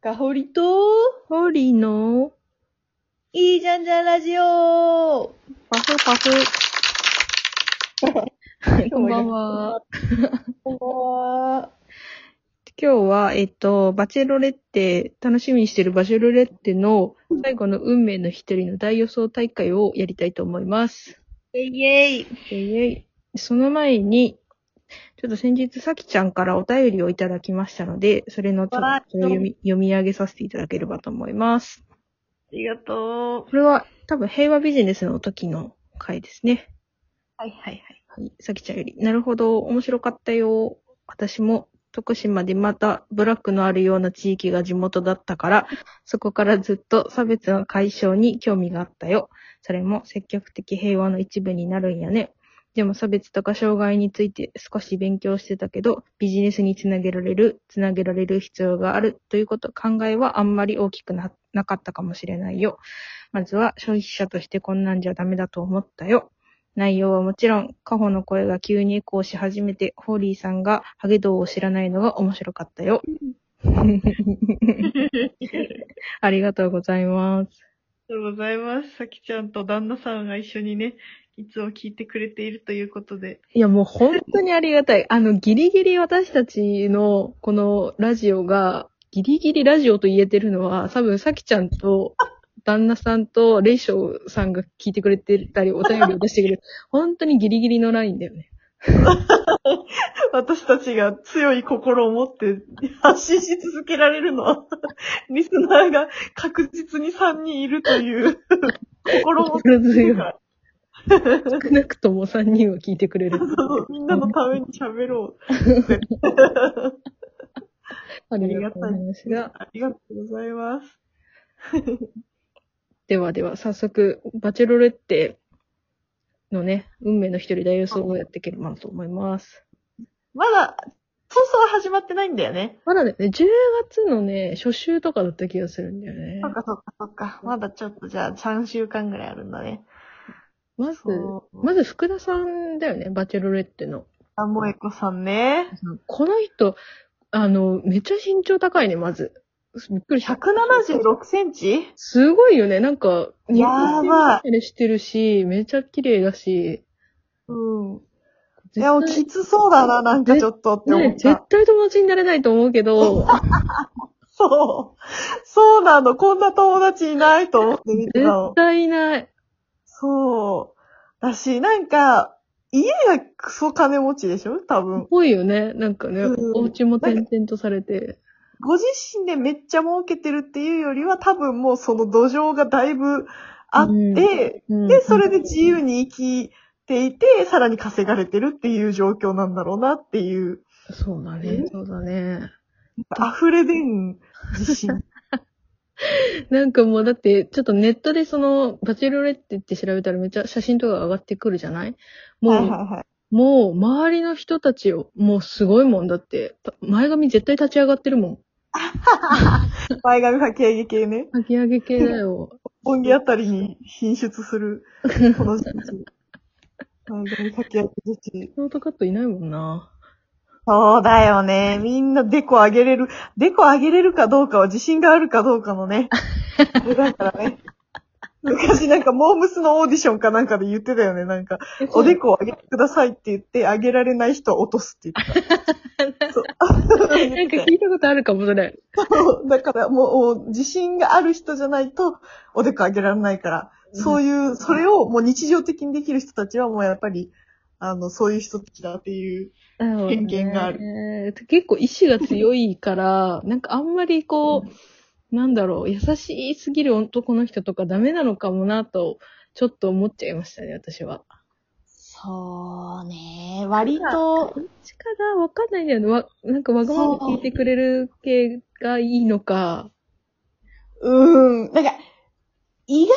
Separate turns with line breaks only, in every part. かほりと、
ホリの、
いいじゃんじゃんラジオ
パフパ フ。こんばんは。
こんばんは。
今日は、えっと、バチェロレッテ、楽しみにしてるバチェロレッテの最後の運命の一人の大予想大会をやりたいと思います。
イェイエイ
えいえいその前に、ちょっと先日、さきちゃんからお便りをいただきましたので、それのちょ
わ
っ
ー
とそれを読み読み上げさせていただければと思います。
ありがとう。
これは多分平和ビジネスの時の回ですね。
はいはいはい。
はい、さきちゃんより。なるほど、面白かったよ。私も徳島でまたブラックのあるような地域が地元だったから、そこからずっと差別の解消に興味があったよ。それも積極的平和の一部になるんやね。でも差別とか障害について少し勉強してたけど、ビジネスにつなげられる、つなげられる必要があるということ、考えはあんまり大きくななかったかもしれないよ。まずは消費者としてこんなんじゃダメだと思ったよ。内容はもちろん、カホの声が急にエコーし始めて、ホーリーさんがハゲ道を知らないのが面白かった よ。ありがとうございます。
ありがとうございます。さきちゃんと旦那さんが一緒にね、いつも聞いてくれているということで。
いや、もう本当にありがたい。あの、ギリギリ私たちのこのラジオが、ギリギリラジオと言えてるのは、多分、さきちゃんと、旦那さんと、レイショウさんが聞いてくれてたり、お便りを出してくれる。本当にギリギリのラインだよね。
私たちが強い心を持って発信し続けられるのは、 リスナーが確実に3人いるという 心持ち
心
とい
強
う
い。
か
少なくとも3人は聞いてくれ る。
そうみんなのために喋ろう。
ありがとうございますが。
ありがとうございます。
ではでは、早速、バチェロレッテのね、運命の一人大予想をやっていければなと思います。
まだ、放送は始まってないんだよね。
まだね、10月のね、初週とかだった気がするんだよね
そ。っかそっかそっか。まだちょっとじゃあ3週間ぐらいあるんだね。
まず、
そう。
まず福田さんだよね、バチェロレッテの。
あ、萌子さんね。
この人、あの、めっちゃ身長高いね、まず。びっくりした。
176センチ
すごいよね、なんか、
やばい
い。してるし、めちゃ綺麗だし。
うん。い
絶
や、
対
きつそうだな、なんかちょっとって思
ね
っ
絶
た。
対友達になれないと思うけど、
そう。そうなの、こんな友達いないと思って見てたの
絶。対いない。
そう。だし、なんか、家がクソ金持ちでしょ多分
っ。ぽいよね。なんかね、
うん
お家も転々とされて。
ご自身でめっちゃ儲けてるっていうよりは、多分もうその土壌がだいぶあって、
うん
で、それで
で。
自由に生きていて、さらに稼がれてるっていう状況なんだろうなっていう、
そうだね
う、ん
そうだね。
溢れ出ん自信。
なんかもうだって、ちょっとネットでその、バチェロレッテって調べたらめっちゃ写真とかが上がってくるじゃない もう、
はいはいはい。
もう周りの人たちを、もうすごいもんだって、た前髪絶対立ち上がってるもん。
前髪かけ上げ系ね。
かき上げ系だ よ。
本気あたりに品質する、こ の人たち。前髪かけ上げ女子。
ショートカットいないもんな。
そうだよね。みんなデコ上げれる。デコ上げれるかどうかは自信があるかどうかのね。これだから ね。昔なんかモームスのオーディションかなんかで言ってたよね。なんか、おでこを上げてくださいって言って、上げられない人は落とすって言 った。そう。
なんか聞いたことあるかもしれん。
そうだからもう、自信がある人じゃないと、おでこ上げられないから、そういう、それをもう日常的にできる人たちはもうやっぱり、あの、そういう人たちだっていう。偏見があ
る。結構意志が強いから、なんかあんまりこう、なんだろう、優しすぎる男の人とかダメなのかもなと、ちょっと思っちゃいましたね、私は。
そうね。割
どっ、ちかなわかんないんだよね。わ、なんかわがまま聞いてくれる系がいいのか。
うーん、なんか、意外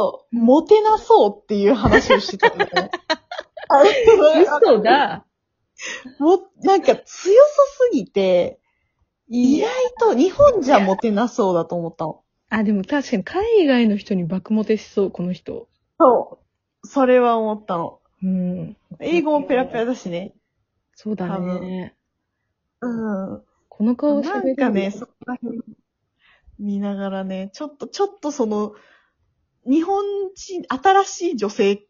と、モテなそうっていう話をしてたんだよ ね。あ
嘘だ
もう、なんか強そすぎて、意外と日本じゃモテなそうだと思ったの。
あ、でも確かに海外の人に爆モテしそう、この人。
そう。それは思ったの。
うん。
英語もペラペラだしね。
そうだ
多
ね。
うん。
この顔
な
喋
ん
って
か
る
ね、そこら辺。見ながらね、ちょっと、ちょっとその、日本人、新しい女性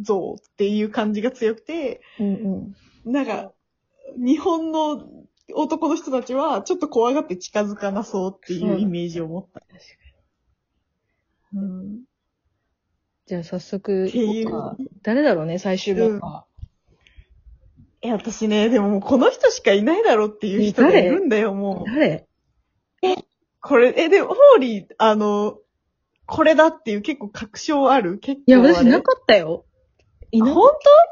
像っていう感じが強くて、
うんうん。
なんか、日本の男の人たちは、ちょっと怖がって近づかなそうっていうイメージを持った。
確かに。
うん。
じゃあ早速、
っていう
行こうか誰だろうね、最終メンバ
え、私ね、でももうこの人しかいないだろっていう人がいるんだよ、
ー。
もう。
誰
これ、え、でも、ホーリー、あの、これだっていう結構確証ある結構
いや、私
あれ
なかったよ。い
あ
な
本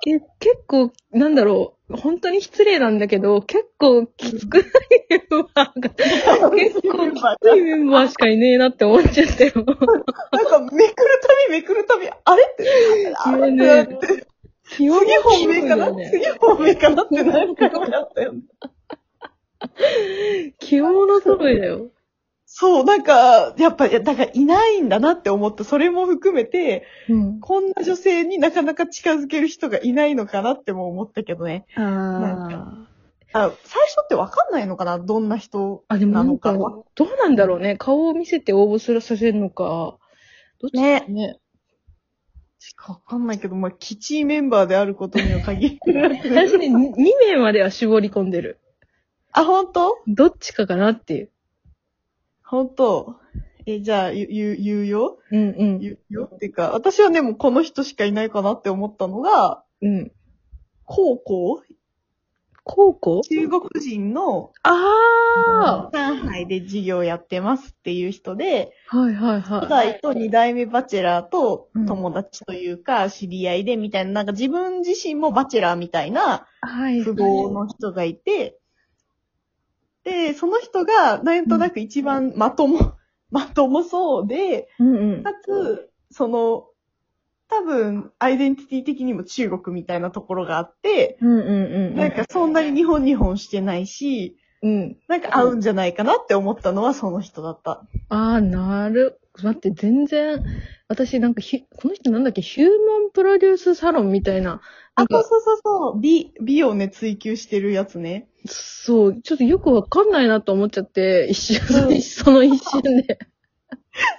え、結構、なんだろう。本当に失礼なんだけど、結構きつくない メンバーが、き
当
結構
メンバー
ついメンバーしかいねえなって思っちゃったよ。
なんかめくるたびめくるたび、あれって、あれ
急
っ
に
てなって、次
次
本命 かな次本命かなって何回もやったよね。
着物揃いだよ。
そう、なんか、やっぱ、いやだからいないんだなって思った。それも含めて、
うん。
こんな女性になかなか近づける人がいないのかなっても思ったけどね。なん
あ
あ最初ってわかんないのかなどんな人
あ。あ、でも
な
なん
の
か、
か。
どうなんだろうね。顔を見せて応募するさせるのか。どっちだろうね。
しかわかんないけど、まあ、基地メンバーであることには限ら ない。
私ね、2名までは絞り込んでる。
あ、ほんと
どっちかかなっていう。
ほんと。え、じゃあ、言う、言うよ
うんうん。
言うよっていうか、私はね、もうこの人しかいないかなって思ったのが、
うん。
高校
高校
中国人の
あ
上海で授業やってますっていう人で、
あはいはい
初
は
代と二代目バチェラーと友達というか、知り合いでみたいな、なんか自分自身もバチェラーみたいな、
い。はい。
富豪の人がいて、で、その人が、なんとなく一番まとも、 まともそうで、
うんうん。
かつ、その、多分、アイデンティティ的にも中国みたいなところがあって、
うんうんうん。
なんかそんなに日本日本してないし、
うん。
なんか合うんじゃないかなって思ったのはその人だった。
ああ、なる。待って、全然、私なんかひ、この人なんだっけ、ヒューマンプロデュースサロンみたいな。な
あ
ん
と、
か、
そうそうそう、美、美をね、追求してるやつね。
そう、ちょっとよくわかんないなと思っちゃって、一瞬、
うん
その一瞬で。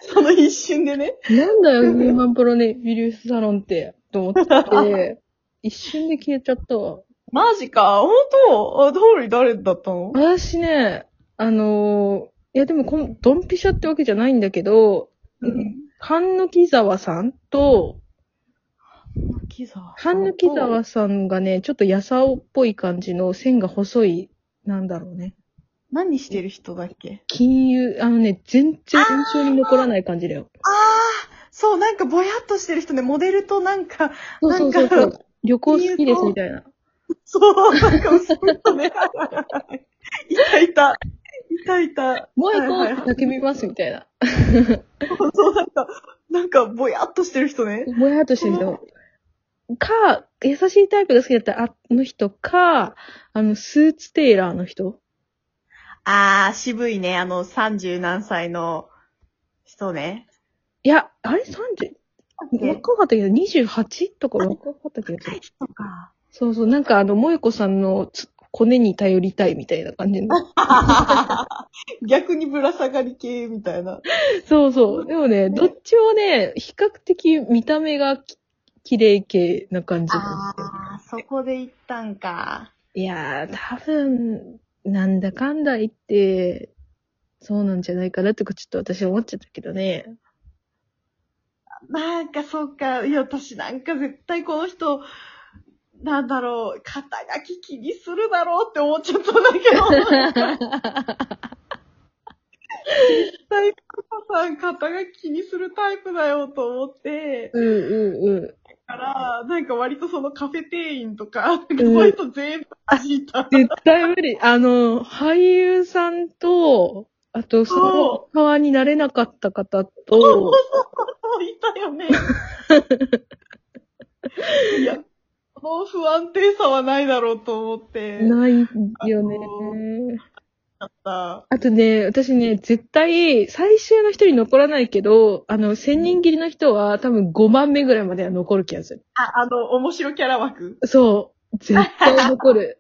その一瞬でね。
なんだよ、ヒューマンプロデュースサロンって、と思 って、一瞬で消えちゃったわ。
マジか、ほんとあ、通り誰だったの
私ね、あのーいやでもこの、ドンピシャってわけじゃないんだけど、
うん。
半貫沢さんと、
木沢さん
半
と。
貫沢さんがね、ちょっと野草っぽい感じの線が細い、なんだろうね。
何してる人だっけ
金融、あのね、全然印象に残らない感じだよ。
ああそう、なんかぼやっとしてる人ね、モデルとなんか、
そうそうそうそ
なん
う。旅行好きですみたいな。
そう、なんか薄っとね。 いたいた。いたいた。
もう行こ
は
う
いはいは
って叫びますみたいな。
いそう、なんか、なんかぼやっとしてる人ね。
ぼやっとしてる人。か、優しいタイプが好きだったあの人か、あの、スーツテイラーの人。
あー、渋いね。あの、三十何歳の人ね。
いや、あれ 30? 若かったけど、28? とか若かったけど。
人か。
そうそう、なんかあの、萌子さんのつコネに頼りたいみたいな感じの。
逆にぶら下がり系みたいな。
そうそう。でもね、どっちもね、比較的見た目がき綺麗系な感じなんで
あ
すよ。
ー、そこで行ったんか。
いやー、多分、なんだかんだ言って、そうなんじゃないかなとかちょっと私思っちゃったけどね。
なんか、そうか。いや、私なんか絶対この人、なんだろう、肩書き気にするだろうって思っちゃったんだけど。絶対パパさん肩が気にするタイプだよと思って、
うんうんうん。
だから、なんか割とそのカフェ店員とか、なんか
うん
そういう人全部弾いた。
絶対無理。あの、俳優さんと、あと、その側になれなかった方と、
そういたよ ね。いや、この不安定さはないだろうと思って、
ないよね
あ。だった。
あとね、私ね、絶対、最終の人に残らないけど、あの、千人切りの人は多分5番目ぐらいまでは残る気がする。
あ、あの、面白キャラ枠。
そう。絶対残る。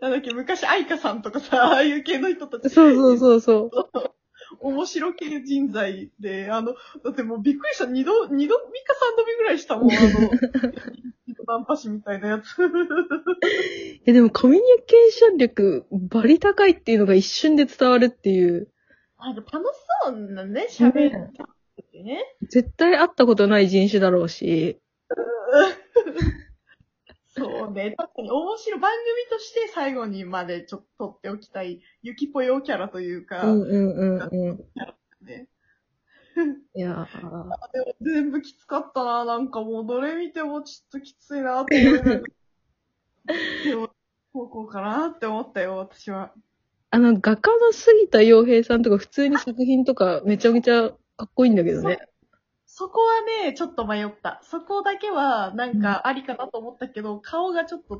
なんだっけ、昔、愛花さんとかさ、 ああいう系の人たち、
そうそうそうそう。
面白系人材で、あの、だってもうびっくりした。二度、二度、三日三度目ぐらいしたもん、あの、 ナンパ師みたいなやつ。
え、でもコミュニケーション力、バリ高いっていうのが一瞬で伝わるっていう、
あの、楽しそうなね、喋るってね。
絶対会ったことない人種だろうし、
そうね。確かに面白い。番組として最後にまでちょっと取っておきたい、ゆきぽよキャラというか、
うんうんうんう
ね。
ん。い
あ
や
でも全部きつかったな。なんかもうどれ見てもちょっときついなって思いなが らでも、こうこうかなって思ったよ、私は。
あの、画家の杉田洋平さんとか普通に作品とかめちゃめちゃかっこいいんだけどね。
そこはね、ちょっと迷った。そこだけは、なんか、ありかなと思ったけど、顔がちょっと、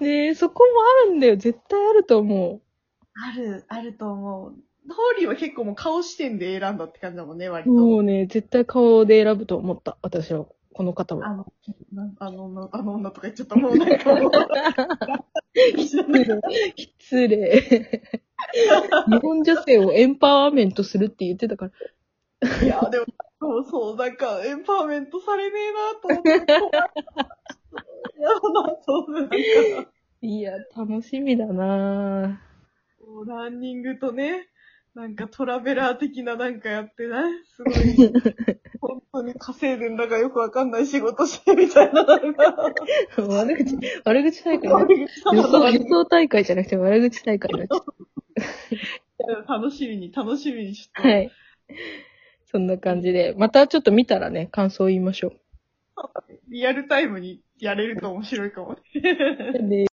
ねえ、そこもあるんだよ。絶対あると思う。
ある、あると思う。ホーリーは結構もう顔視点で選んだって感じだもんね、割と。
もうね、絶対顔で選ぶと思った。私は、この方は。
あの、なあの女、あの女とか言っちゃった。もうなんかもう。
失礼。 日本女性をエンパワーメントするって言ってたから。
いや、でも、そうそう、なんか、エンパワーメントされねえなと思って。怖いいや、そう、なんか、
いや、楽しみだな
こうランニングとね、なんかトラベラー的ななんかやってないすごい。 本当に稼いでんだかよくわかんない仕事してみたいな。なんか
ぁ悪口、悪口大会、ね。予想、予想大会じゃなくて悪口大会になっちゃっ。
楽しみに、楽しみにちょったと。
はい。そんな感じで。またちょっと見たらね、感想言いましょ
リアルタイムにやれると面白いかもね。
う。で